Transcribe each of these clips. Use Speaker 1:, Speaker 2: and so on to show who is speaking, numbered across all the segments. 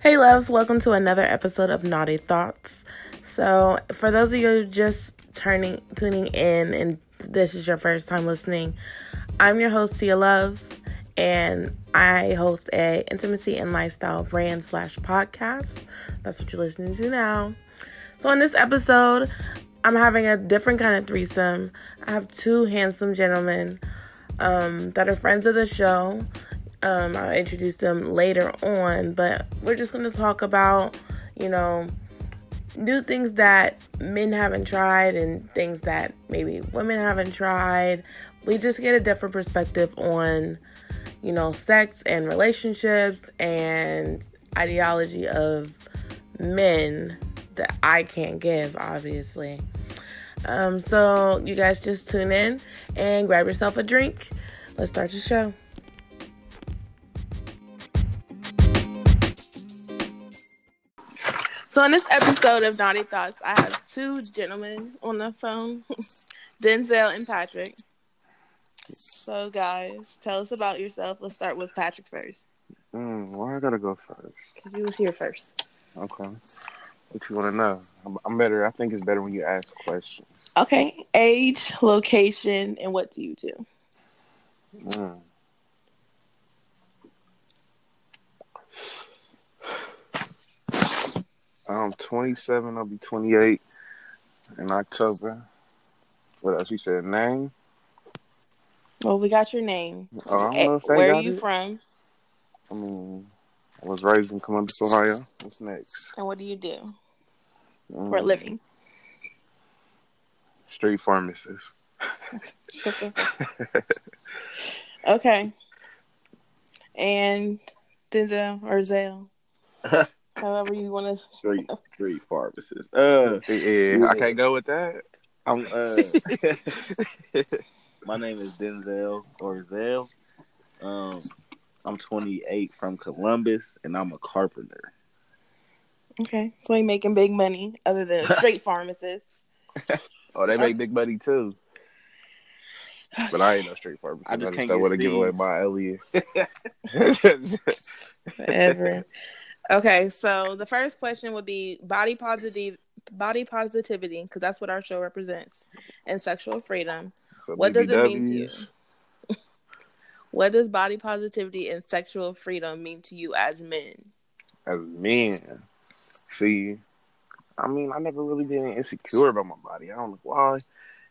Speaker 1: Hey, loves, welcome to another episode of Naughty Thoughts. So, for those of you just turning tuning in and this is your first time listening, I'm your host Tia Love, and I host a intimacy and lifestyle brand slash podcast. That's what you're listening to now. So, in this episode, I'm having a different kind of threesome. I have two handsome gentlemen um, that are friends of the show. Um, I'll introduce them later on, but we're just going to talk about, you know, new things that men haven't tried and things that maybe women haven't tried. We just get a different perspective on, you know, sex and relationships and ideology of men that I can't give, obviously. Um, so you guys just tune in and grab yourself a drink. Let's start the show. So in this episode of Naughty Thoughts, I have two gentlemen on the phone, Denzel and Patrick. So guys, tell us about yourself. Let's start with Patrick first.
Speaker 2: Mm, why I gotta go first?
Speaker 1: He was here first.
Speaker 2: Okay. What you wanna know? I'm, I'm better. I think it's better when you ask questions.
Speaker 1: Okay. Age, location, and what do you do?
Speaker 2: Mm. I'm 27. I'll be 28 in October. What else? You said name.
Speaker 1: Well, we got your name.
Speaker 2: Oh, I don't
Speaker 1: Eh,
Speaker 2: know if they
Speaker 1: Where are
Speaker 2: got
Speaker 1: you
Speaker 2: it.
Speaker 1: from,
Speaker 2: I mean, I was raised in Columbus, Ohio. What's next?
Speaker 1: and what do you do for a
Speaker 2: Mm,
Speaker 1: living?
Speaker 2: Street pharmacist.
Speaker 1: okay. And Denzel or Zale, however you want to.
Speaker 3: street street pharmacist. Uh,
Speaker 2: yeah, I can't go with that.
Speaker 3: I'm uh, my name is Denzel Orzel. Um, I'm 28 from Columbus, and I'm a carpenter.
Speaker 1: Okay, so he making big money other than a straight pharmacist.
Speaker 2: Oh, they make big money too. But I ain't no street pharmacist.
Speaker 3: I just can't
Speaker 2: don't
Speaker 3: get
Speaker 2: want to give away
Speaker 3: seeds.
Speaker 2: my alias.
Speaker 1: Whatever. okay, so the first question would be body positive, body positivity, because that's what our show represents, and sexual freedom.
Speaker 2: So
Speaker 1: What does it mean to you?
Speaker 2: BBWs.
Speaker 1: What does body positivity and sexual freedom mean to you as men?
Speaker 2: as men. See, I mean, I never really been insecure about my body. I don't know why.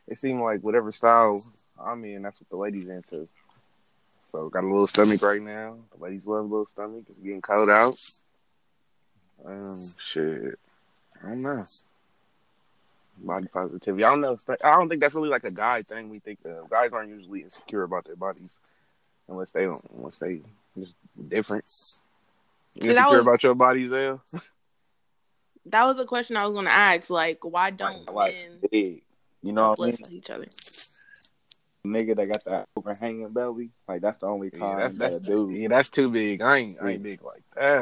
Speaker 2: It seemed like whatever style I'm in, that's what the ladies into. So got a little stomach right now. The ladies love a little stomach. It's getting cold out. Um, shit. I don't know. Body positivity. I don't know. St- I don't think that's really like a guy thing we think of. Guys aren't usually insecure about their bodies unless they don't. Unless they just different. You
Speaker 1: See, that
Speaker 2: insecure
Speaker 1: was-
Speaker 2: about your body, Zell?
Speaker 1: That was a question I was going to ask. Like, why don't
Speaker 3: Like, like
Speaker 2: E
Speaker 1: men
Speaker 3: big, you know, what I mean?
Speaker 1: uplift each other?
Speaker 3: nigga that got that overhanging belly. Like that's the only
Speaker 2: Yeah,
Speaker 3: time
Speaker 2: that's-
Speaker 3: that a
Speaker 2: that's-
Speaker 3: dude.
Speaker 2: Yeah, that's too big. I ain't, I ain't
Speaker 3: Yeah.
Speaker 2: big like that.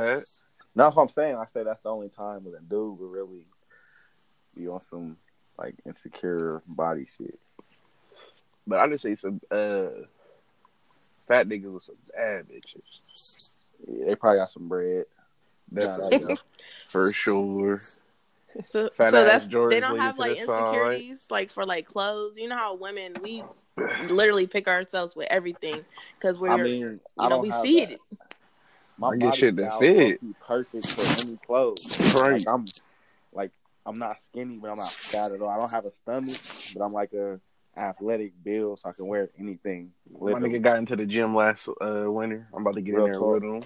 Speaker 3: No, That's what I'm saying. I say that's the only time that a dude would really be on some like insecure body shit.
Speaker 2: But I just see some uh, fat niggas with some bad bitches.
Speaker 3: Yeah, they probably got some bread. Nah,
Speaker 2: Definitely.
Speaker 3: that-
Speaker 2: For sure.
Speaker 1: So,
Speaker 2: Fat
Speaker 1: so
Speaker 2: ass
Speaker 1: that's they
Speaker 2: Jordans
Speaker 1: don't
Speaker 2: leading
Speaker 1: have
Speaker 2: to
Speaker 1: like
Speaker 2: the side.
Speaker 1: insecurities like for like clothes. You know how women we literally pick ourselves with everything because we're
Speaker 3: I mean,
Speaker 1: you
Speaker 3: I
Speaker 1: know
Speaker 3: don't
Speaker 1: we
Speaker 3: have
Speaker 1: see
Speaker 3: that.
Speaker 1: it.
Speaker 3: my
Speaker 2: I get
Speaker 3: body
Speaker 2: shit that
Speaker 3: style
Speaker 2: fit.
Speaker 3: low-key perfect for any clothes.
Speaker 2: Right.
Speaker 3: Like I'm like I'm not skinny, but I'm not fat at all. I don't have a stomach, but I'm like a athletic build, so I can wear anything.
Speaker 2: My nigga
Speaker 3: Literally.
Speaker 2: got into the gym last uh, winter. I'm about to get
Speaker 3: Real
Speaker 2: in there
Speaker 3: talk.
Speaker 2: with him.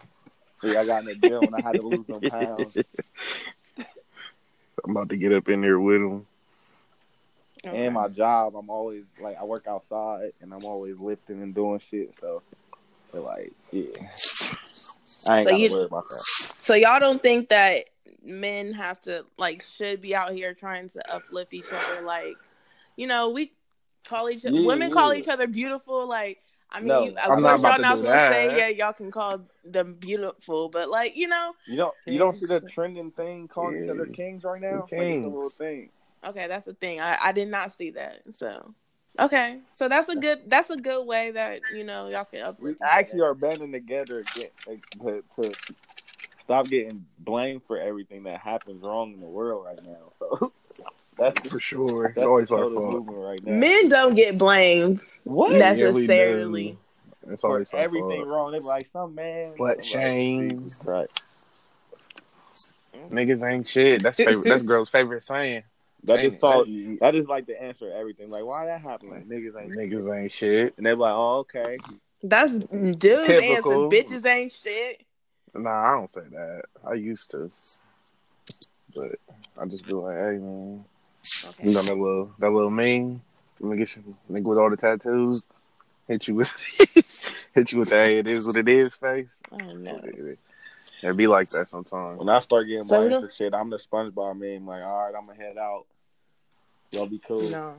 Speaker 3: See, I got in the gym and I had to lose some pounds,
Speaker 2: I'm about to get up in there with him.
Speaker 1: Okay.
Speaker 3: and my job, I'm always like I work outside and I'm always lifting and doing shit. So, but like, yeah, I
Speaker 1: So
Speaker 3: ain't gotta
Speaker 1: you-
Speaker 3: worry about that.
Speaker 1: So y'all don't think that men have to like should be out here trying to uplift each other? Like, you know, we call each
Speaker 3: Yeah,
Speaker 1: women call
Speaker 3: yeah.
Speaker 1: each other beautiful. Like, I mean,
Speaker 3: No,
Speaker 1: you, of
Speaker 3: I'm
Speaker 2: not
Speaker 1: course
Speaker 2: about
Speaker 1: y'all
Speaker 2: to
Speaker 1: not
Speaker 2: do
Speaker 1: supposed to say
Speaker 2: that.
Speaker 1: yeah, y'all can call them beautiful, but like you know,
Speaker 3: You don't you don't see the
Speaker 1: Kings.
Speaker 3: trending thing calling each other
Speaker 2: Yeah.
Speaker 3: kings right now? Like, it's a
Speaker 2: Kings.
Speaker 3: little thing.
Speaker 1: Okay, that's the thing. I, I did not see that. So okay, so that's a good that's a good way that you know y'all can
Speaker 3: We
Speaker 1: uplift. each
Speaker 3: actually
Speaker 1: other.
Speaker 3: are banding together again like, to, to stop getting blamed for everything that happens wrong in the world right now. So that's
Speaker 2: For sure. It's
Speaker 3: that's
Speaker 2: always
Speaker 3: the
Speaker 2: our
Speaker 3: total
Speaker 2: fault.
Speaker 3: movement right now.
Speaker 1: Men don't get blamed
Speaker 3: what?
Speaker 2: That's-
Speaker 1: necessarily.
Speaker 2: It's
Speaker 3: for
Speaker 2: always our
Speaker 3: everything
Speaker 2: fault.
Speaker 3: wrong. They be like some man.
Speaker 2: Slut
Speaker 3: I'm like,
Speaker 2: shame.
Speaker 3: Jesus Christ.
Speaker 2: Niggas ain't shit. That's favorite, that's girl's favorite saying.
Speaker 3: That
Speaker 2: Ain't
Speaker 3: is all.
Speaker 2: it?
Speaker 3: That is like the answer to everything. Like why that happened? Like niggas ain't.
Speaker 2: Niggas ain't shit.
Speaker 3: And they're like, oh okay.
Speaker 1: That's dudes
Speaker 2: Typical.
Speaker 1: answer. Bitches ain't shit.
Speaker 2: Nah, I don't say that. I used to, but I just be like, hey man,
Speaker 1: Okay.
Speaker 2: you know that little that little meme. Let me get you nigga with all the tattoos. Hit you with hit you with the hey, it is what it is face.
Speaker 1: Oh no.
Speaker 2: It'd be like that sometimes.
Speaker 3: When I start getting
Speaker 1: So we
Speaker 3: blamed
Speaker 1: don't-
Speaker 3: for shit, I'm the SpongeBob meme. Like all right, I'm gonna head out. Y'all be cool.
Speaker 1: No.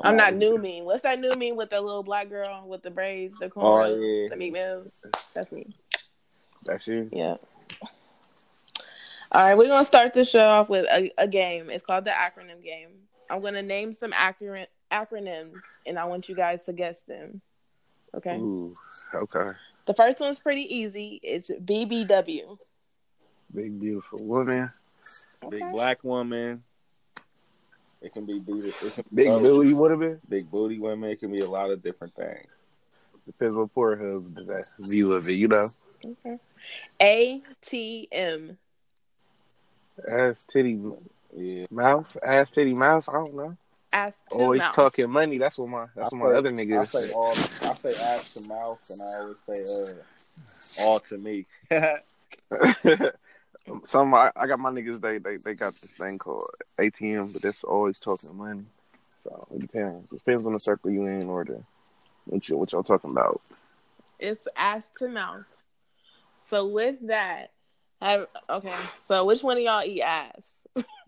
Speaker 1: I'm not new mean. What's that new mean with the little black girl with the braids, the cornrows,
Speaker 3: Oh, yeah.
Speaker 1: the meat mills? That's me.
Speaker 2: That's you.
Speaker 1: Yeah. All right, we're gonna start the show off with a, a game. It's called the acronym game. I'm gonna name some acron- acronyms, and I want you guys to guess them. Okay.
Speaker 2: Ooh, okay.
Speaker 1: The first one's pretty easy. It's BBW.
Speaker 2: Big beautiful woman.
Speaker 3: Big
Speaker 1: Okay.
Speaker 3: black woman. It can be booty. It can be
Speaker 2: Big
Speaker 3: both.
Speaker 2: Billy would have been.
Speaker 3: Big booty women. It can be a lot of different things.
Speaker 2: Depends on poor hub that view of it, you know.
Speaker 1: Okay. ATM.
Speaker 2: Ass titty
Speaker 3: Yeah.
Speaker 2: mouth, ass titty mouth. I don't know.
Speaker 1: Ask to
Speaker 3: Oh,
Speaker 2: Always
Speaker 1: mouth.
Speaker 2: talking money. That's what my that's
Speaker 3: I
Speaker 2: what my
Speaker 3: say-
Speaker 2: other
Speaker 3: I
Speaker 2: nigga is.
Speaker 3: say all. I say ass to mouth, and I always say uh, all to me.
Speaker 2: Some I, I got my niggas. They, they they got this thing called ATM, but that's always talking money. So it depends. It depends on the circle you in or the what you what y'all talking about.
Speaker 1: It's ass to mouth. So with that, have, okay. So which one of y'all eat ass?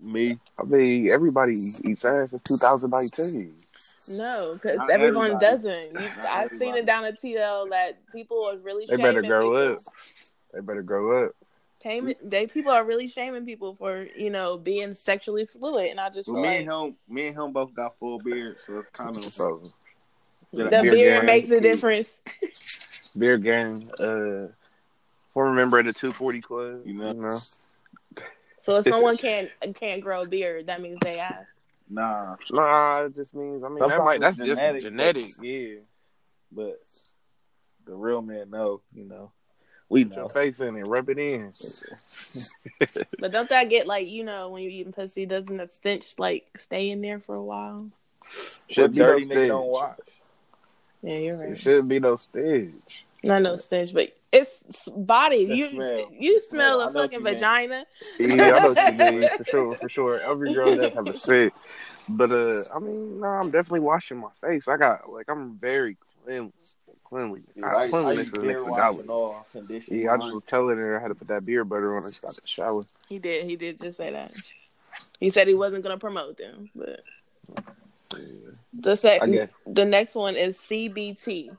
Speaker 3: me.
Speaker 2: I mean, everybody eats ass in 2019.
Speaker 1: No, because
Speaker 3: Not
Speaker 1: everyone
Speaker 3: everybody.
Speaker 1: doesn't. You,
Speaker 3: Not
Speaker 1: I've seen
Speaker 3: everybody.
Speaker 1: it down at TL that people are really
Speaker 2: They
Speaker 1: shaming
Speaker 2: better grow
Speaker 1: people.
Speaker 2: up. They better grow up.
Speaker 1: Payment, they people are really shaming people for you know being sexually fluid, and I just feel
Speaker 3: Well, me
Speaker 1: like
Speaker 3: and him. Me and him both got full beards, so it's kind of
Speaker 2: So
Speaker 1: the
Speaker 2: beer
Speaker 1: beard
Speaker 2: gang.
Speaker 1: makes a difference.
Speaker 2: beer gang, uh, former member of the 240 club.
Speaker 3: You know.
Speaker 2: you know?
Speaker 1: So if someone can't can't grow a beard, that means they ass.
Speaker 3: nah.
Speaker 2: Nah, it just means I mean that
Speaker 3: Sometimes
Speaker 2: might
Speaker 3: it's
Speaker 2: that's just genetic.
Speaker 3: Yeah. But the real man know. You know. We
Speaker 2: Put your
Speaker 3: know.
Speaker 2: face in it, rub it in.
Speaker 1: But don't that get like you know when you eating pussy, doesn't that stench like stay in there for a while?
Speaker 2: Should be no
Speaker 3: dirty nigga
Speaker 2: stench.
Speaker 3: don't watch.
Speaker 1: Yeah, you're
Speaker 2: It
Speaker 1: right.
Speaker 2: should be no stench.
Speaker 1: Not no stench, but it's s- body.
Speaker 3: The
Speaker 1: you
Speaker 3: smell.
Speaker 1: you
Speaker 3: The
Speaker 1: smell
Speaker 3: smell.
Speaker 1: a
Speaker 3: I know what
Speaker 1: fucking
Speaker 3: you mean.
Speaker 1: vagina.
Speaker 2: Yeah, I know what you mean for sure, for sure. Every girl does have a scent, but uh, I mean, no, I'm definitely washing my face. I got like I'm very clean, cleanly.
Speaker 3: Yeah,
Speaker 2: I,
Speaker 3: I, I
Speaker 2: cleanliness
Speaker 3: use
Speaker 2: is next
Speaker 3: beer
Speaker 2: to
Speaker 3: wash and
Speaker 2: God.
Speaker 3: all conditioner.
Speaker 2: Yeah, I just was telling her I had to put that beer butter on. I just got the shower.
Speaker 1: He did. He did just say that. He said he wasn't gonna promote them, but the
Speaker 2: I
Speaker 1: second,
Speaker 2: guess.
Speaker 1: the next one is CBT.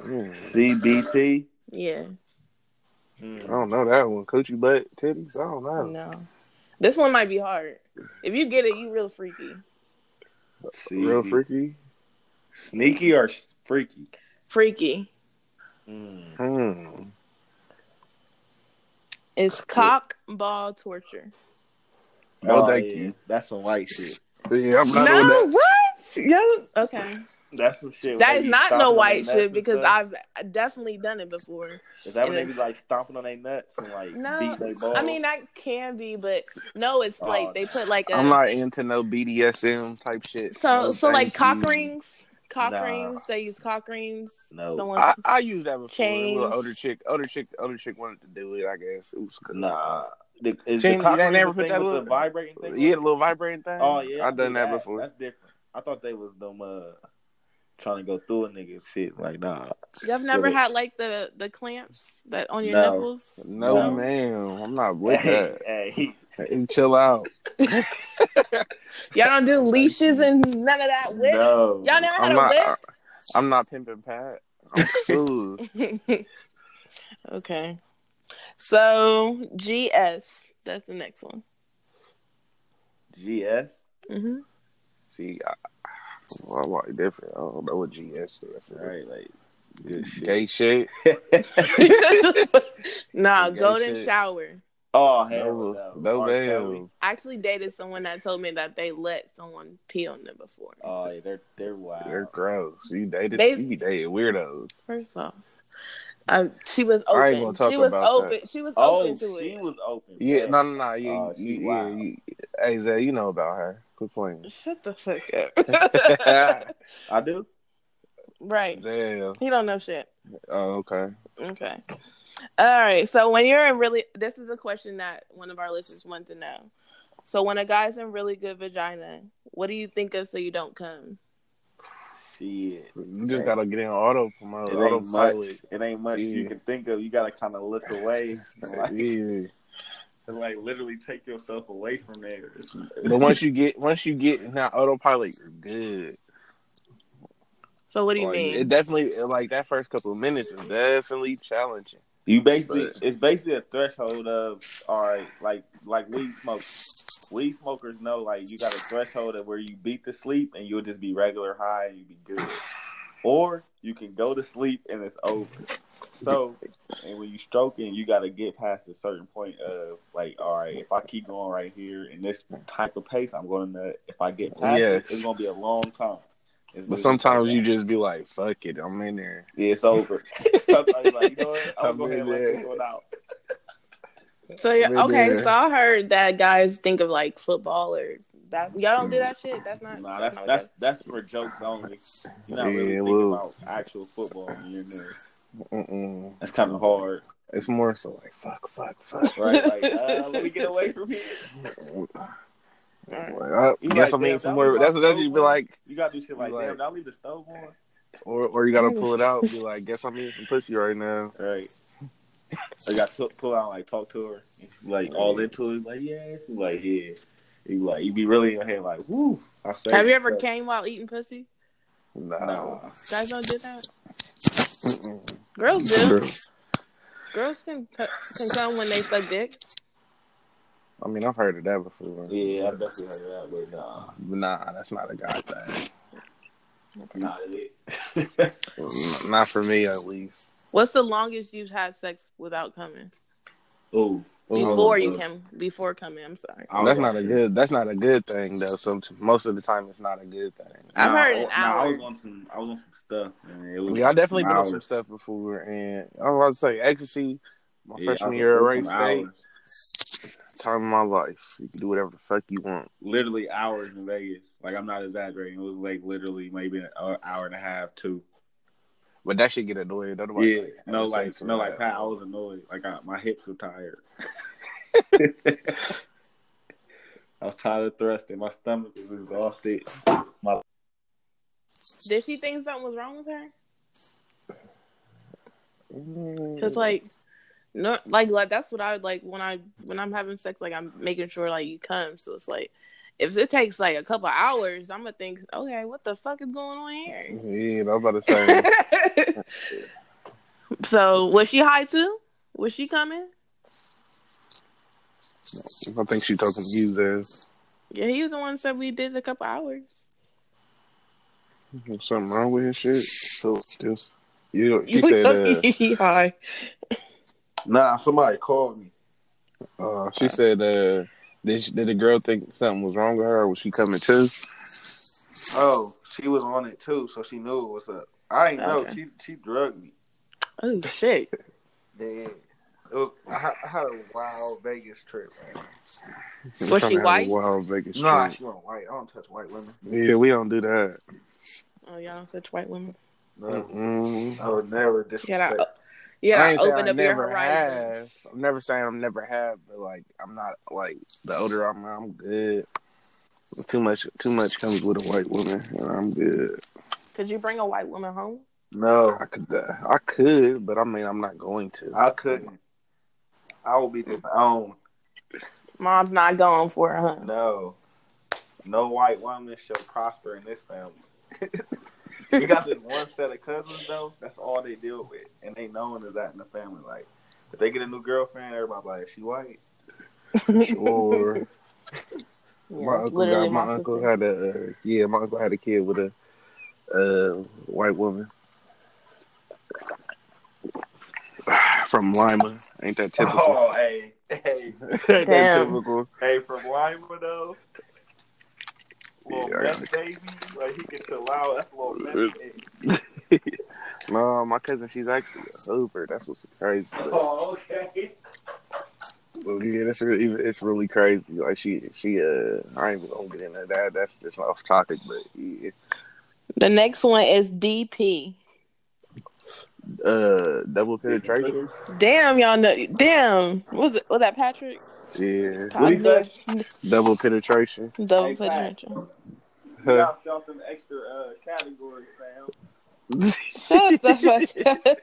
Speaker 2: Mm,
Speaker 3: CBT.
Speaker 1: Yeah,
Speaker 3: Mm.
Speaker 2: I don't know that one. Coochie butt titties. I don't
Speaker 3: Oh.
Speaker 2: know.
Speaker 1: no, this one might be hard. If you get it, you real freaky.
Speaker 2: Real
Speaker 3: Mm-hmm.
Speaker 2: freaky.
Speaker 3: Sneaky or s- freaky?
Speaker 1: Freaky.
Speaker 3: Mm.
Speaker 2: Hmm.
Speaker 1: It's cock ball torture.
Speaker 2: No,
Speaker 3: Oh,
Speaker 2: thank
Speaker 3: yeah.
Speaker 2: you.
Speaker 3: That's some white shit.
Speaker 2: Yeah, I'm
Speaker 1: No,
Speaker 2: not on that.
Speaker 1: what? Yo, okay.
Speaker 3: That's some shit.
Speaker 1: That
Speaker 3: where
Speaker 1: is
Speaker 3: you
Speaker 1: not
Speaker 3: stomping
Speaker 1: no
Speaker 3: on
Speaker 1: white
Speaker 3: their nuts
Speaker 1: shit
Speaker 3: and
Speaker 1: because
Speaker 3: stuff.
Speaker 1: I've definitely done it before.
Speaker 3: is that when they
Speaker 1: and-
Speaker 3: be like stomping on their nuts and like
Speaker 1: No,
Speaker 3: beat their balls?
Speaker 1: I mean that can be, but no, it's
Speaker 3: Oh.
Speaker 1: like they put like a
Speaker 2: I'm not into no BDSM type shit.
Speaker 1: so
Speaker 2: No,
Speaker 1: so like
Speaker 2: thank
Speaker 1: cock
Speaker 2: you.
Speaker 1: rings, cock
Speaker 3: Nah.
Speaker 1: rings. They use cock rings.
Speaker 3: No.
Speaker 1: The ones-
Speaker 2: I, I used that before. A
Speaker 1: Chains.
Speaker 2: little older chick, older chick, older chick wanted to do it. I guess it was good.
Speaker 3: nah. The, is
Speaker 2: Shane,
Speaker 3: the cock
Speaker 2: they
Speaker 3: ring
Speaker 2: never
Speaker 3: the
Speaker 2: put
Speaker 3: thing
Speaker 2: that
Speaker 3: with the
Speaker 2: little-
Speaker 3: vibrating thing?
Speaker 2: Yeah, the little vibrating thing.
Speaker 3: Oh yeah.
Speaker 2: I done
Speaker 3: do
Speaker 2: that, before.
Speaker 3: That's different. I thought they was them uh trying to go through a nigga's shit. Like nah.
Speaker 1: You've never
Speaker 3: it.
Speaker 1: had like the the clamps that on your
Speaker 3: No.
Speaker 1: nipples.
Speaker 2: No,
Speaker 3: No.
Speaker 2: ma'am, I'm not with
Speaker 3: hey,
Speaker 2: that.
Speaker 3: hey.
Speaker 2: Hey, chill out.
Speaker 1: Y'all don't do leashes and none of that whip.
Speaker 3: No.
Speaker 1: Y'all never had
Speaker 2: I'm
Speaker 1: a
Speaker 2: not. uh, I, I'm not pimping Pat. I'm cool.
Speaker 1: whip. okay. So GS, that's the next one.
Speaker 3: GS.
Speaker 1: hmm
Speaker 2: See, I, well, I'm like different. I don't know what GS stands for.
Speaker 3: Right, like Good shit.
Speaker 2: Gay shit.
Speaker 1: nah,
Speaker 2: Gay
Speaker 1: golden
Speaker 2: shit.
Speaker 1: shower.
Speaker 3: Oh hell
Speaker 2: No,
Speaker 3: no.
Speaker 2: no
Speaker 3: R. Kelly.
Speaker 2: bail.
Speaker 1: I actually dated someone that told me that they let someone pee on them before.
Speaker 3: Oh, yeah, they're they're wild.
Speaker 2: They're gross. You dated.
Speaker 1: They-
Speaker 2: You dated weirdos.
Speaker 1: First off, um, she was open.
Speaker 2: I ain't gonna talk
Speaker 1: she was
Speaker 2: about
Speaker 1: open.
Speaker 2: that.
Speaker 1: She was
Speaker 3: oh,
Speaker 1: open to
Speaker 3: she
Speaker 1: it.
Speaker 3: was open.
Speaker 2: Yeah,
Speaker 3: man.
Speaker 2: no, no, no. Yeah,
Speaker 3: Oh,
Speaker 2: you,
Speaker 3: she
Speaker 2: you- yeah,
Speaker 3: wild.
Speaker 2: you, hey Zay, you know about her. Quit playing.
Speaker 1: Shut the fuck up.
Speaker 3: I do.
Speaker 1: right.
Speaker 2: Damn.
Speaker 1: He don't know shit.
Speaker 2: Oh, okay.
Speaker 1: Okay. All right. So when you're in really, this is a question that one of our listeners wanted to know. So when a guy's in really good vagina, what do you think of so you don't come?
Speaker 3: Shit.
Speaker 2: You just gotta get in auto promote.
Speaker 3: It
Speaker 2: Auto
Speaker 3: ain't much.
Speaker 2: pilot.
Speaker 3: It ain't much you
Speaker 2: Yeah.
Speaker 3: can think of. You gotta kind of look away, like,
Speaker 2: Yeah.
Speaker 3: and, like literally take yourself away from there. It's-
Speaker 2: But once you get once you get in that autopilot, you're good.
Speaker 1: So what do you
Speaker 2: Like,
Speaker 1: mean?
Speaker 2: It definitely like that first couple of minutes is definitely challenging.
Speaker 3: You basically
Speaker 2: But-
Speaker 3: it's basically a threshold of all right, like like weed smokers. Weed smokers know like you got a threshold of where you beat to sleep and you'll just be regular high and you be good. Or you can go to sleep and it's over. So and when you stroking, you gotta get past a certain point of like, all right, if I keep going right here in this type of pace, I'm gonna nut. If I get past it,
Speaker 2: Yes.
Speaker 3: it's gonna be a long time. It's
Speaker 2: But
Speaker 3: just-
Speaker 2: sometimes you just be like, "Fuck it, I'm in there."
Speaker 3: yeah, it's over. sometimes like, you know what? I'm
Speaker 2: I'm
Speaker 3: gonna go ahead and let
Speaker 2: in there.
Speaker 3: this one out.
Speaker 1: so you're,
Speaker 2: Really?
Speaker 1: okay. So I heard that guys think of like football or that. Y'all don't do that shit. That's not.
Speaker 3: Nah, that's
Speaker 1: not what
Speaker 3: that's that's for jokes only. You're not
Speaker 2: Yeah,
Speaker 3: really thinking
Speaker 2: well-
Speaker 3: about actual football when you're there.
Speaker 2: Mm-mm.
Speaker 3: That's kind of hard,
Speaker 2: It's more so like, "Fuck, fuck, fuck."
Speaker 3: right? Like, uh, let me get away from here.
Speaker 1: Alright.
Speaker 2: Like, I
Speaker 3: You
Speaker 2: guess
Speaker 3: like,
Speaker 2: I mean
Speaker 3: damn,
Speaker 2: some
Speaker 3: that
Speaker 2: more.
Speaker 3: was
Speaker 2: That's
Speaker 3: my
Speaker 2: that's you be
Speaker 3: favorite.
Speaker 2: like,
Speaker 3: You gotta do shit like,
Speaker 2: Like-
Speaker 3: damn, did I leave the stove on?
Speaker 2: or or you gotta pull it out. Be like, guess I'm eating some pussy right now.
Speaker 3: Right. I got to pull out, like talk to her, like all into it, like yeah, She like yeah. You like you be really in your head, like woo. I say,
Speaker 1: Have you ever came while eating pussy?
Speaker 2: No.
Speaker 3: Nah.
Speaker 1: Guys don't do that.
Speaker 2: Mm-mm.
Speaker 1: Girls do. Girls can can come when they suck dick.
Speaker 2: I mean, I've heard of that before.
Speaker 3: Yeah, I definitely heard that, but nah,
Speaker 2: But nah, that's not a guy thing.
Speaker 3: it's not it.
Speaker 2: N- Not for me, at least.
Speaker 1: What's the longest you've had sex without coming?
Speaker 3: Ooh,
Speaker 1: Before
Speaker 2: Ooh.
Speaker 1: you came, before coming, I'm sorry.
Speaker 3: I was
Speaker 2: that's
Speaker 3: like,
Speaker 2: not a good. That's not a good thing though. So t- most of the time, it's not a good thing.
Speaker 1: I've
Speaker 3: Nah,
Speaker 1: heard an
Speaker 3: I- nah, I
Speaker 1: hour.
Speaker 3: was on some. I was on some stuff. Man. It was
Speaker 2: Yeah, I definitely been on
Speaker 3: hours.
Speaker 2: some stuff before, and I was about to say ecstasy. My
Speaker 3: Yeah, I
Speaker 2: freshman
Speaker 3: was
Speaker 2: year at
Speaker 3: on
Speaker 2: Wright
Speaker 3: some
Speaker 2: State,
Speaker 3: hours.
Speaker 2: time of my life. You can do whatever the fuck you want.
Speaker 3: Literally hours in Vegas. Like I'm not exaggerating. It was like literally maybe an hour, hour and a half, two.
Speaker 2: But that should get annoying. Don't nobody
Speaker 3: Yeah.
Speaker 2: have
Speaker 3: No,
Speaker 2: sex
Speaker 3: like
Speaker 2: for
Speaker 3: no,
Speaker 2: that.
Speaker 3: like Pat, I was annoyed. Like I, my hips were tired. I was tired of thrusting. My stomach was exhausted.
Speaker 1: Did she think something was wrong with her?
Speaker 2: Mm.
Speaker 1: Cause like, no, like, like that's what I would like when I when I'm having sex. Like I'm making sure like you come. So it's like, if it takes like a couple hours, I'm gonna think, okay, what the fuck is going on here?
Speaker 2: Mm, yeah, I'm about to say.
Speaker 1: so was she high too? Was she coming?
Speaker 2: I think she talking to you, Zez.
Speaker 1: Yeah, he was the one that said we did a couple hours.
Speaker 2: There's Something wrong with his shit. So just you. She
Speaker 1: You
Speaker 2: said.
Speaker 1: told
Speaker 2: Uh,
Speaker 1: me he high.
Speaker 3: Nah, somebody called me.
Speaker 2: Uh, she said, uh, did, she, did the girl think something was wrong with her? Or was she coming too?
Speaker 3: Oh, she was on it too, so she knew it was up. I ain't
Speaker 1: Okay.
Speaker 3: She she drugged me.
Speaker 1: Oh shit.
Speaker 3: Yeah. It was, I, had- I had a wild Vegas trip. Man.
Speaker 1: Was she
Speaker 2: Tryna have a
Speaker 1: white?
Speaker 2: Wild Vegas
Speaker 3: Nah,
Speaker 2: trip.
Speaker 3: she went white. I don't touch white women.
Speaker 2: Yeah, we don't do that.
Speaker 1: Oh y'all don't touch white women.
Speaker 3: No,
Speaker 2: Mm-mm.
Speaker 3: I would never
Speaker 1: Yeah,
Speaker 3: disrespect.
Speaker 1: that- Yeah,
Speaker 2: I
Speaker 1: I
Speaker 2: ain't saying
Speaker 1: opened
Speaker 2: I
Speaker 1: up your
Speaker 2: never
Speaker 1: horizons.
Speaker 2: have. I'm never saying I'm never have, but like I'm not like the older I'm, I'm good. Too much, too much comes with a white woman, and I'm good.
Speaker 1: Could you bring a white woman home?
Speaker 3: No,
Speaker 1: Oh.
Speaker 2: I could, uh, I could, but I mean, I'm not going to.
Speaker 3: I couldn't. I would be disowned.
Speaker 1: Mom's not going for it, huh?
Speaker 3: No, no white woman shall prosper in this family. you got this one set of cousins though. That's all they deal with, and they known as that in the family. Like, if they get a new girlfriend, everybody like, she white.
Speaker 2: Or
Speaker 1: Yeah,
Speaker 2: my uncle,
Speaker 1: literally
Speaker 2: got, my,
Speaker 1: my
Speaker 2: uncle
Speaker 1: sister.
Speaker 2: had a uh, yeah, my uncle had a kid with a uh, white woman. from Lima. Ain't that typical?
Speaker 3: Oh, hey, hey,
Speaker 2: Ain't that
Speaker 1: Damn.
Speaker 2: typical?
Speaker 3: hey, from Lima though. Little
Speaker 2: Yeah, I
Speaker 3: meth baby, like he can chill out. That's a little meth baby.
Speaker 2: No, my cousin, she's actually a Hoover. That's what's crazy. But,
Speaker 3: Oh, okay.
Speaker 2: but yeah, that's really, it's really crazy. Like she, she, uh, I ain't even gonna get into that. That's just off topic. But yeah,
Speaker 1: The next one is DP.
Speaker 2: uh, double penetration.
Speaker 1: Damn, y'all know. Damn, was it was that Patrick?
Speaker 2: Yeah,
Speaker 1: I
Speaker 3: he
Speaker 1: knew-
Speaker 2: double penetration.
Speaker 1: Double
Speaker 3: Hey, Pat.
Speaker 1: penetration.
Speaker 3: You got something extra uh, category, fam.
Speaker 1: Shut the fuck up.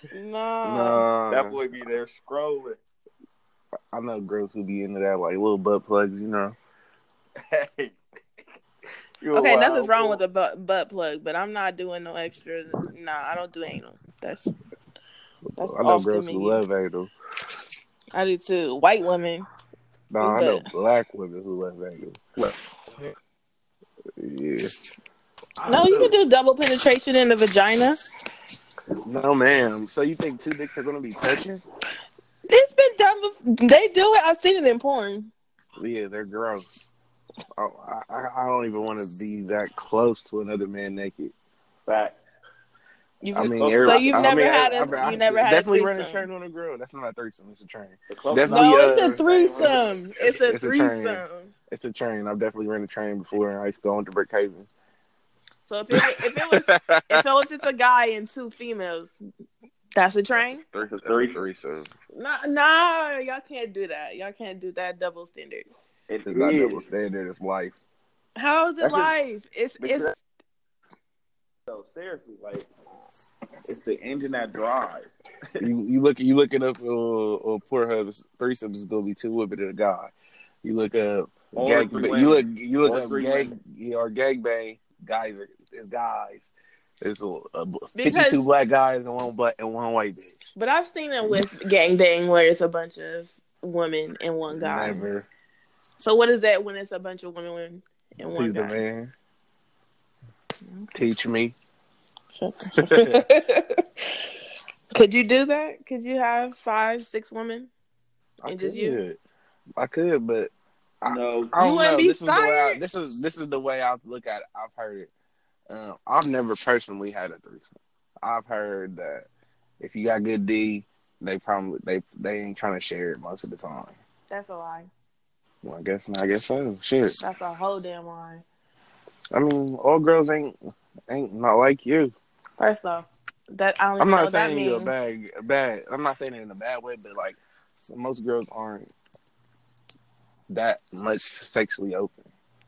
Speaker 1: no.
Speaker 2: Nah,
Speaker 3: That boy be there scrolling.
Speaker 2: I know girls who be into that, like little butt plugs. You know,
Speaker 3: Hey. You a
Speaker 1: Okay,
Speaker 3: wild
Speaker 1: nothing's wrong
Speaker 3: boy.
Speaker 1: with a butt, butt plug, but I'm not doing no extra. Nah, I don't do anal. That's that's
Speaker 2: I know
Speaker 1: off the
Speaker 2: girls who
Speaker 1: menu.
Speaker 2: love anal.
Speaker 1: I do too. White women.
Speaker 2: No, I know
Speaker 1: But-
Speaker 2: black women who love anal. Yeah.
Speaker 1: No, you can do double penetration in the vagina.
Speaker 2: No, ma'am. So you think two dicks are gonna be touching?
Speaker 1: It's been done. Before. They do it. I've seen it in porn.
Speaker 2: Yeah, they're gross. Oh, I, I- I don't even want to be that close to another man naked.
Speaker 3: Fact.
Speaker 1: You've,
Speaker 2: I mean,
Speaker 3: So
Speaker 2: everybody-
Speaker 1: you've
Speaker 2: I
Speaker 1: never
Speaker 2: mean,
Speaker 1: had a-
Speaker 2: I- I-
Speaker 1: you never had a
Speaker 2: definitely a
Speaker 1: threesome?
Speaker 2: train on a girl. That's not a threesome. It's a train.
Speaker 3: The closest
Speaker 2: Definitely,
Speaker 1: no,
Speaker 2: uh,
Speaker 1: it's a threesome. It's a
Speaker 2: It's a train.
Speaker 1: threesome.
Speaker 2: It's a train. I've definitely ran a train before in high school. I went to Brookhaven.
Speaker 1: So if it, if it was if, so if it's a guy and two females, that's a train.
Speaker 2: That's a
Speaker 3: threesome.
Speaker 2: threesome.
Speaker 1: No, no, y'all can't do that. Y'all can't do that double standard.
Speaker 3: it
Speaker 2: It's not
Speaker 3: is.
Speaker 2: double standard. It's life.
Speaker 1: How is it
Speaker 3: That's just-
Speaker 1: life? It's
Speaker 3: because-
Speaker 1: it's
Speaker 3: So seriously, like it's the engine that drives.
Speaker 2: You, you look you looking up uh, uh, Pornhub threesomes is gonna be two women and a guy. You look uh, up
Speaker 3: Or
Speaker 2: gag,
Speaker 3: three
Speaker 2: you
Speaker 3: women.
Speaker 2: look you look
Speaker 3: Or
Speaker 2: up
Speaker 3: three
Speaker 2: gang
Speaker 3: women.
Speaker 2: yeah, or gangbang guys are it's guys. There's a, a fifty
Speaker 1: Because-
Speaker 2: two black guys and one black and one white bitch.
Speaker 1: but I've seen it with gangbang where it's a bunch of women and one guy.
Speaker 2: Never.
Speaker 1: So what is that when it's a bunch of women and one
Speaker 2: He's the
Speaker 1: guy?
Speaker 2: man. Teach me.
Speaker 1: Could you do that? Could you have five, six women?
Speaker 2: I
Speaker 1: And just you?
Speaker 2: could. I could, but I-
Speaker 3: no,
Speaker 2: I don't
Speaker 1: You wouldn't
Speaker 2: know.
Speaker 1: be
Speaker 2: this is the way I,
Speaker 1: fired?
Speaker 2: this is this is the way I look at it. I've heard it. Um, I've never personally had a threesome. I've heard that if you got good D, they probably they they ain't trying to share it most of the time.
Speaker 1: That's a lie.
Speaker 2: Well, I guess I guess so. Shit.
Speaker 1: That's a whole damn lie.
Speaker 2: I mean, all girls ain't ain't not like you.
Speaker 1: First off, that I don't
Speaker 2: I'm
Speaker 1: even know
Speaker 2: not
Speaker 1: what that
Speaker 2: saying you're
Speaker 1: means.
Speaker 2: bad bad. I'm not saying it in a bad way, but like so most girls aren't that much sexually open.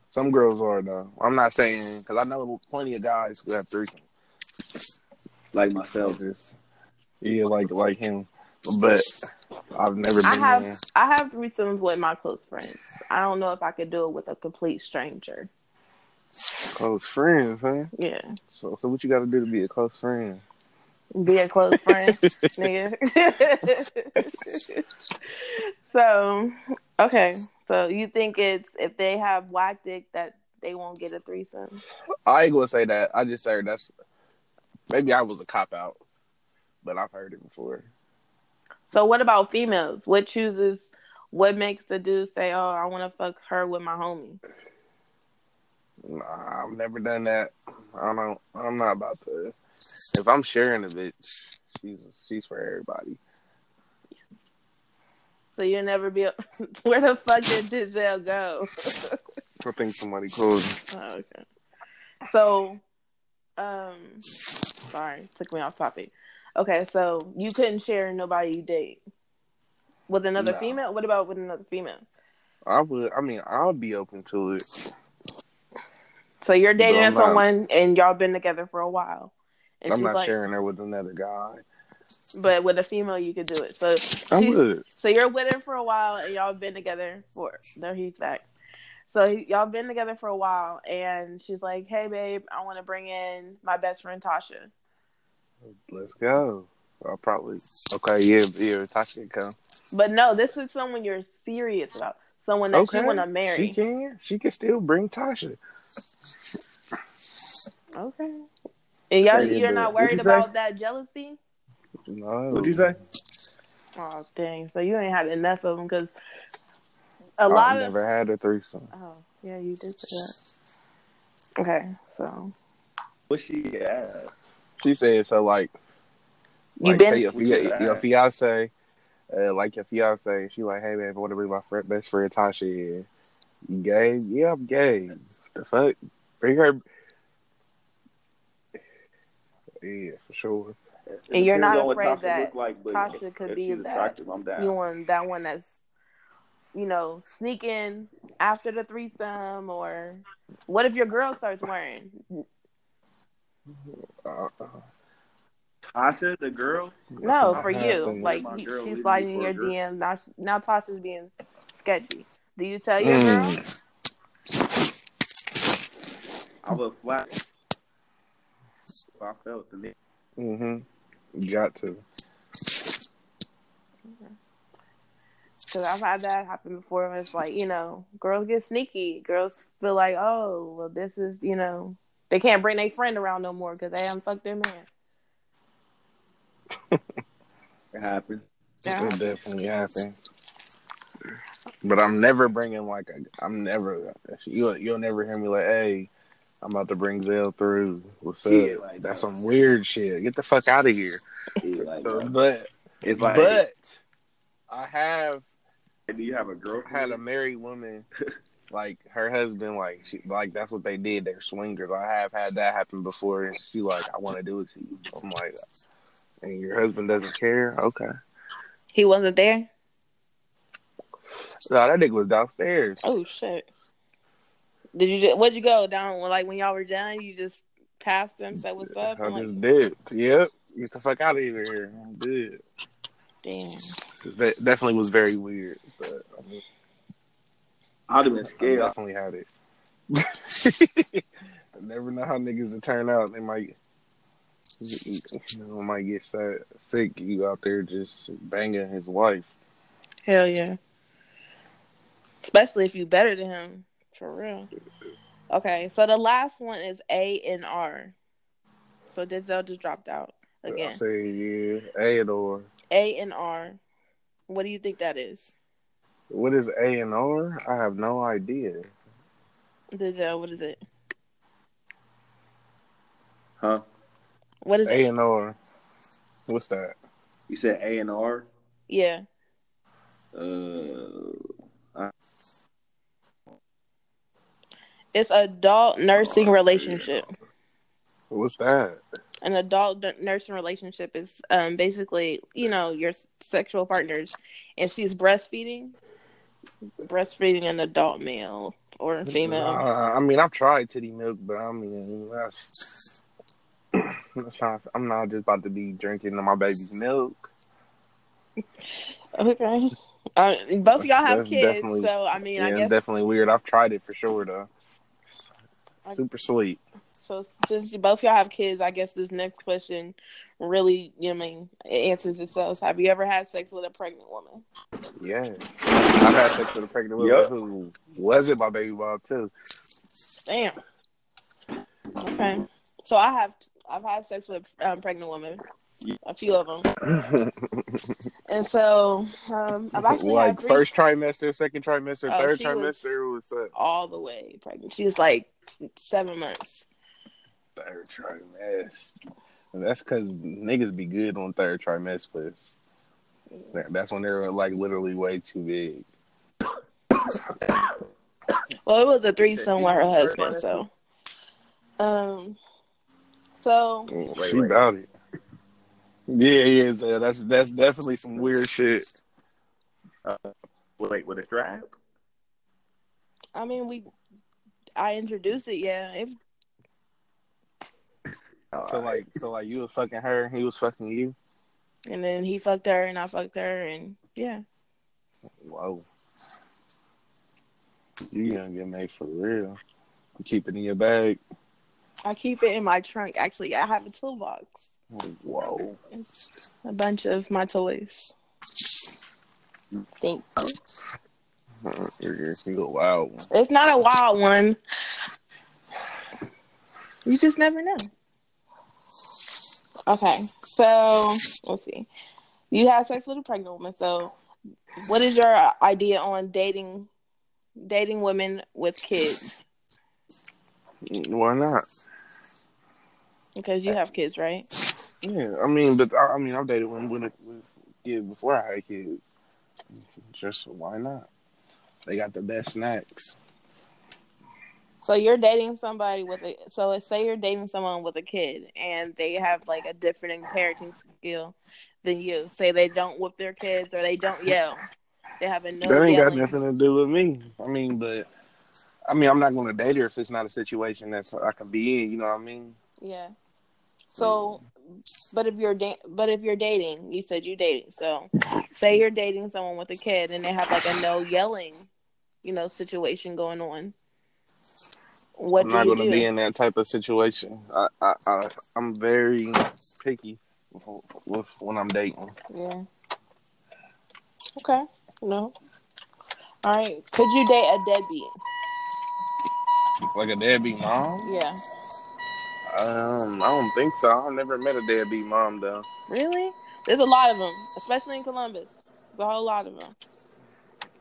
Speaker 2: Some girls are though. I'm not saying because I know plenty of guys who have threesomes.
Speaker 3: like myself.
Speaker 2: Just, yeah, like like him, but I've never been.
Speaker 1: I
Speaker 2: there.
Speaker 1: have I have threesomes with my close friends. I don't know if I could do it with a complete stranger.
Speaker 2: close friends, huh?
Speaker 1: Yeah,
Speaker 2: So so what you got to do to be a close friend?
Speaker 1: be a close friend, nigga. so okay, so you think it's if they have whack dick that they won't get a threesome?
Speaker 2: I ain't gonna say that. I just say that's maybe I was a cop out, but I've heard it before.
Speaker 1: So what about females? What chooses? What makes the dude say, "Oh, I want to fuck her with my homie"?
Speaker 2: Nah, I've never done that. I don't. I'm not about to. If I'm sharing a bitch, she's she's for everybody.
Speaker 1: So you'll never be. Where the fuck did Denzel go?
Speaker 2: I think somebody close.
Speaker 1: Oh, okay. So, um, sorry, took me off topic. Okay, so you couldn't share nobody you date with another
Speaker 2: No.
Speaker 1: female. What about with another female?
Speaker 2: I would. I mean, I'll be open to it.
Speaker 1: So you're dating
Speaker 2: I'm not-
Speaker 1: someone and y'all been together for a while, and
Speaker 2: I'm
Speaker 1: she's
Speaker 2: not
Speaker 1: like,
Speaker 2: sharing her with another guy.
Speaker 1: but with a female you could do it. So
Speaker 2: I
Speaker 1: she's-
Speaker 2: would.
Speaker 1: So you're with her for a while, and y'all been together for. No, he's back. So he- y'all been together for a while, and she's like, "Hey, babe, I want to bring in my best friend Tasha."
Speaker 2: Let's go. I'll probably. Okay, yeah, yeah. Tasha can come.
Speaker 1: But no, this is someone you're serious about, someone that
Speaker 2: okay.
Speaker 1: you want to
Speaker 2: She
Speaker 1: marry.
Speaker 2: can. She can still bring Tasha.
Speaker 1: Okay. And y'all,
Speaker 2: Yeah,
Speaker 1: you're
Speaker 2: but-
Speaker 1: not
Speaker 2: What'd
Speaker 1: worried
Speaker 2: you
Speaker 1: about
Speaker 2: say?
Speaker 1: that jealousy.
Speaker 2: No.
Speaker 3: What'd you say?
Speaker 1: Oh dang! So you ain't had enough of them because a
Speaker 2: I've
Speaker 1: lot of.
Speaker 2: never had a threesome.
Speaker 1: Oh yeah, you did say that. Okay, so
Speaker 3: What she had?
Speaker 2: She said so. Like,
Speaker 1: you
Speaker 2: like,
Speaker 1: been
Speaker 2: say your, fia-
Speaker 3: Yeah.
Speaker 2: your fiance, uh, like your fiance, she like, hey man, want to bring my friend, best friend Tasha in? You gay? Yeah, I'm gay. The fuck? Bring her. Yeah, for sure.
Speaker 1: And you're
Speaker 3: Depends
Speaker 1: not
Speaker 3: on what
Speaker 1: afraid
Speaker 3: Tasha
Speaker 1: that
Speaker 3: look like, but
Speaker 1: Tasha could
Speaker 3: if
Speaker 1: be
Speaker 3: she's
Speaker 1: that
Speaker 3: attractive, I'm down.
Speaker 1: you want that one that's you know sneaking after the threesome or what if your girl starts wearing?
Speaker 2: Uh,
Speaker 3: Tasha, the girl,
Speaker 1: No,
Speaker 2: not
Speaker 1: for you,
Speaker 2: happening.
Speaker 1: like
Speaker 3: My
Speaker 1: he-
Speaker 3: girl leaving
Speaker 1: she's
Speaker 3: me
Speaker 1: sliding in
Speaker 3: for
Speaker 1: your
Speaker 3: a girl.
Speaker 1: DM now. she- Now Tasha's being sketchy. Do you tell your girl?
Speaker 2: mm.
Speaker 3: I was flat. I felt the need.
Speaker 2: Mm-hmm. Got to.
Speaker 1: Because I've had that happen before. Where it's like, you know, girls get sneaky. Girls feel like, oh, well, this is, you know, they can't bring their friend around no more because they haven't fucked their man.
Speaker 3: It happened.
Speaker 1: Yeah.
Speaker 2: It definitely happens. But I'm never bringing like a, I'm never you'll you'll never hear me like hey I'm about to bring Zell through what's up
Speaker 3: Yeah, like
Speaker 2: that's
Speaker 3: that.
Speaker 2: some weird shit get the fuck out of here
Speaker 3: Yeah, like,
Speaker 2: So,
Speaker 3: bro,
Speaker 2: but
Speaker 3: it's like,
Speaker 2: but I have
Speaker 3: do you have a girlfriend?
Speaker 2: had a married woman like her husband like she like that's what they did they're swingers I have had that happen before and she like I want to do it to you I'm like and your husband doesn't care okay
Speaker 1: He wasn't there?
Speaker 2: no that nigga was downstairs
Speaker 1: Oh, shit. Did you just, where'd you go down? Like, when y'all were done, you just passed them, said what's up?
Speaker 2: I
Speaker 1: and
Speaker 2: just
Speaker 1: like,
Speaker 2: did. Yep. Get the fuck out of here. I'm dead.
Speaker 1: damn.
Speaker 2: That definitely was very weird, but I mean,
Speaker 3: I'd have been
Speaker 2: I
Speaker 3: scared.
Speaker 2: definitely had it. I never know how niggas will turn out. They might, you know, might get sad, sick. You out there just banging his wife.
Speaker 1: Hell yeah. Especially if you better than him. For real. Okay, so the last one is A and R. So Denzel just dropped out
Speaker 2: I
Speaker 1: again.
Speaker 2: say, yeah, A and R.
Speaker 1: A and R. What do you think that is?
Speaker 2: What is A and R? I have no idea.
Speaker 1: Denzel, what is it?
Speaker 3: Huh?
Speaker 1: What is it?
Speaker 2: A and R. What's that?
Speaker 3: You said A and R?
Speaker 1: Yeah.
Speaker 3: Uh,
Speaker 1: It's adult nursing relationship.
Speaker 2: What's that?
Speaker 1: An adult d- nursing relationship is um, basically, you know, your s- sexual partners, and she's breastfeeding, breastfeeding an adult male or female.
Speaker 2: Nah, I mean, I've tried titty milk, but I mean, that's that's not. I'm not just about to be drinking my baby's milk.
Speaker 1: Okay. Uh, both of y'all have
Speaker 2: That's
Speaker 1: kids,
Speaker 2: definitely-
Speaker 1: so I mean,
Speaker 2: yeah,
Speaker 1: I
Speaker 2: it's
Speaker 1: guess
Speaker 2: definitely weird. I've tried it for sure though. It's
Speaker 1: I-
Speaker 2: Super sweet.
Speaker 1: So since you both y'all have kids, I guess this next question really, you know, what I mean, it answers itself. Have you ever had sex with a pregnant woman?
Speaker 2: Yes, I've had sex with a pregnant woman
Speaker 3: Yup.
Speaker 2: who wasn't my baby mom too.
Speaker 1: Damn. Okay. So I have I've had sex with um, pregnant women, a few of them, and so um, I've actually had
Speaker 2: like
Speaker 1: three
Speaker 2: first trimester, second trimester,
Speaker 1: Oh,
Speaker 2: third
Speaker 1: she was-
Speaker 2: trimester was, uh,
Speaker 1: all the way pregnant. She was like seven months.
Speaker 2: third trimester. That's because niggas be good on third trimesters. That- That's when they're like literally way too big.
Speaker 1: Well, it was a threesome with her husband, so um, so
Speaker 3: Wait,
Speaker 2: Mm, she
Speaker 3: wait.
Speaker 2: about it. Yeah, yeah, so that's that's definitely some weird shit.
Speaker 3: wait, with a strap?
Speaker 1: I mean we. I introduced it, yeah. It
Speaker 2: So like, so like, you was fucking her, he was fucking you.
Speaker 1: And then he fucked her, and I fucked her, and yeah.
Speaker 2: Whoa, you gonna get made for real? You keep it in your bag.
Speaker 1: I keep it in my trunk. Actually, I have a toolbox.
Speaker 2: Whoa,
Speaker 1: It's a bunch of my toys. Thank.
Speaker 2: you're you a wild one.
Speaker 1: It's not a wild one. You just never know. Okay, so let's see. You had sex with a pregnant woman, so what is your idea on dating dating women with kids?
Speaker 2: Why not?
Speaker 1: Because you have kids, right?
Speaker 2: Yeah, I mean, but I, I mean, I've dated women with, a- with kids before I had kids. Just why not? They got the best snacks.
Speaker 1: So you're dating somebody with a so let's say you're dating someone with a kid and they have like a different parenting skill than you. Say they don't whip their kids or they don't yell. They have a no
Speaker 2: that ain't
Speaker 1: yelling.
Speaker 2: got nothing to do with me. I mean, but I mean, I'm not going to date her if it's not a situation that's I can be in. You know what I mean?
Speaker 1: Yeah. So, but if you're da- but if you're dating, you said you dating. So, say you're dating someone with a kid and they have like a no yelling, you know, situation going on. What
Speaker 2: I'm
Speaker 1: do
Speaker 2: not
Speaker 1: you
Speaker 2: going to
Speaker 1: do?
Speaker 2: be in that type of situation. I, I, I I'm very picky with, with when I'm dating.
Speaker 1: yeah. Okay. No. All right. Could you date a deadbeat?
Speaker 2: Like a deadbeat mom?
Speaker 1: Yeah.
Speaker 2: Um, I don't think so. I've never met a deadbeat mom though.
Speaker 1: Really? There's a lot of them, especially in Columbus. There's a whole lot of them.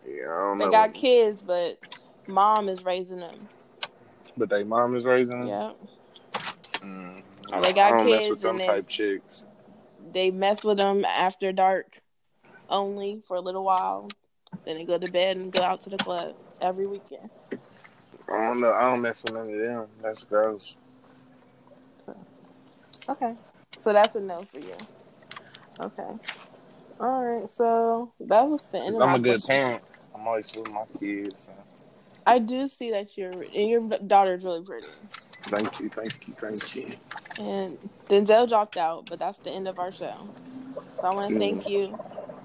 Speaker 2: Yeah, I don't
Speaker 1: They
Speaker 2: know.
Speaker 1: got kids, but mom is raising them.
Speaker 2: But they mom is raising them.
Speaker 1: Yeah.
Speaker 2: Mm.
Speaker 1: Oh, they got
Speaker 2: I don't mess
Speaker 1: kids
Speaker 2: with them
Speaker 1: and they-
Speaker 2: type chicks.
Speaker 1: they mess with them after dark only for a little while. Then they go to bed and go out to the club every weekend.
Speaker 2: I don't know. I don't mess with none of them. That's gross.
Speaker 1: Okay. So that's a no for you. Okay. All right. So that was the end
Speaker 2: 'Cause
Speaker 1: of
Speaker 2: I'm
Speaker 1: my
Speaker 2: a good
Speaker 1: question.
Speaker 2: parent. I'm always with my kids. so
Speaker 1: I do see that you're, and your daughter's really pretty.
Speaker 2: Thank you, thank you, thank you.
Speaker 1: And Denzel dropped out, but that's the end of our show. So I want to thank you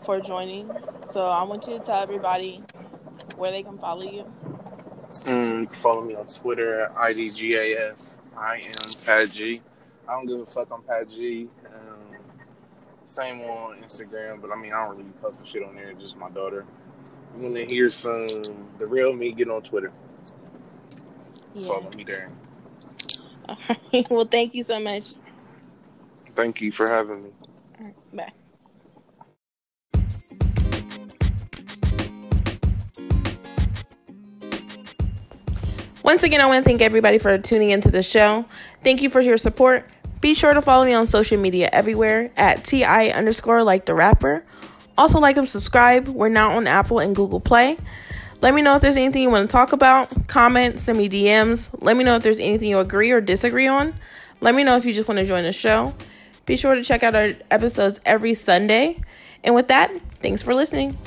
Speaker 1: for joining. So I want you to tell everybody where they can follow you.
Speaker 2: Mm, you can follow me on Twitter at IDGAF. I am Pat G. I don't give a fuck on Pat G. Um, same on Instagram, but I mean, I don't really post the shit on there. It's just my daughter. You want to hear some the real me? Get on Twitter. Follow me there.
Speaker 1: well, thank you so much.
Speaker 2: Thank you for having me.
Speaker 1: Bye. Once again, I want to thank everybody for tuning into the show. Thank you for your support. Be sure to follow me on social media everywhere at TI underscore like the rapper. Also, like and subscribe. We're now on Apple and Google Play. Let me know if there's anything you want to talk about. Comment, send me DMs. Let me know if there's anything you agree or disagree on. Let me know if you just want to join the show. Be sure to check out our episodes every Sunday. And with that, thanks for listening.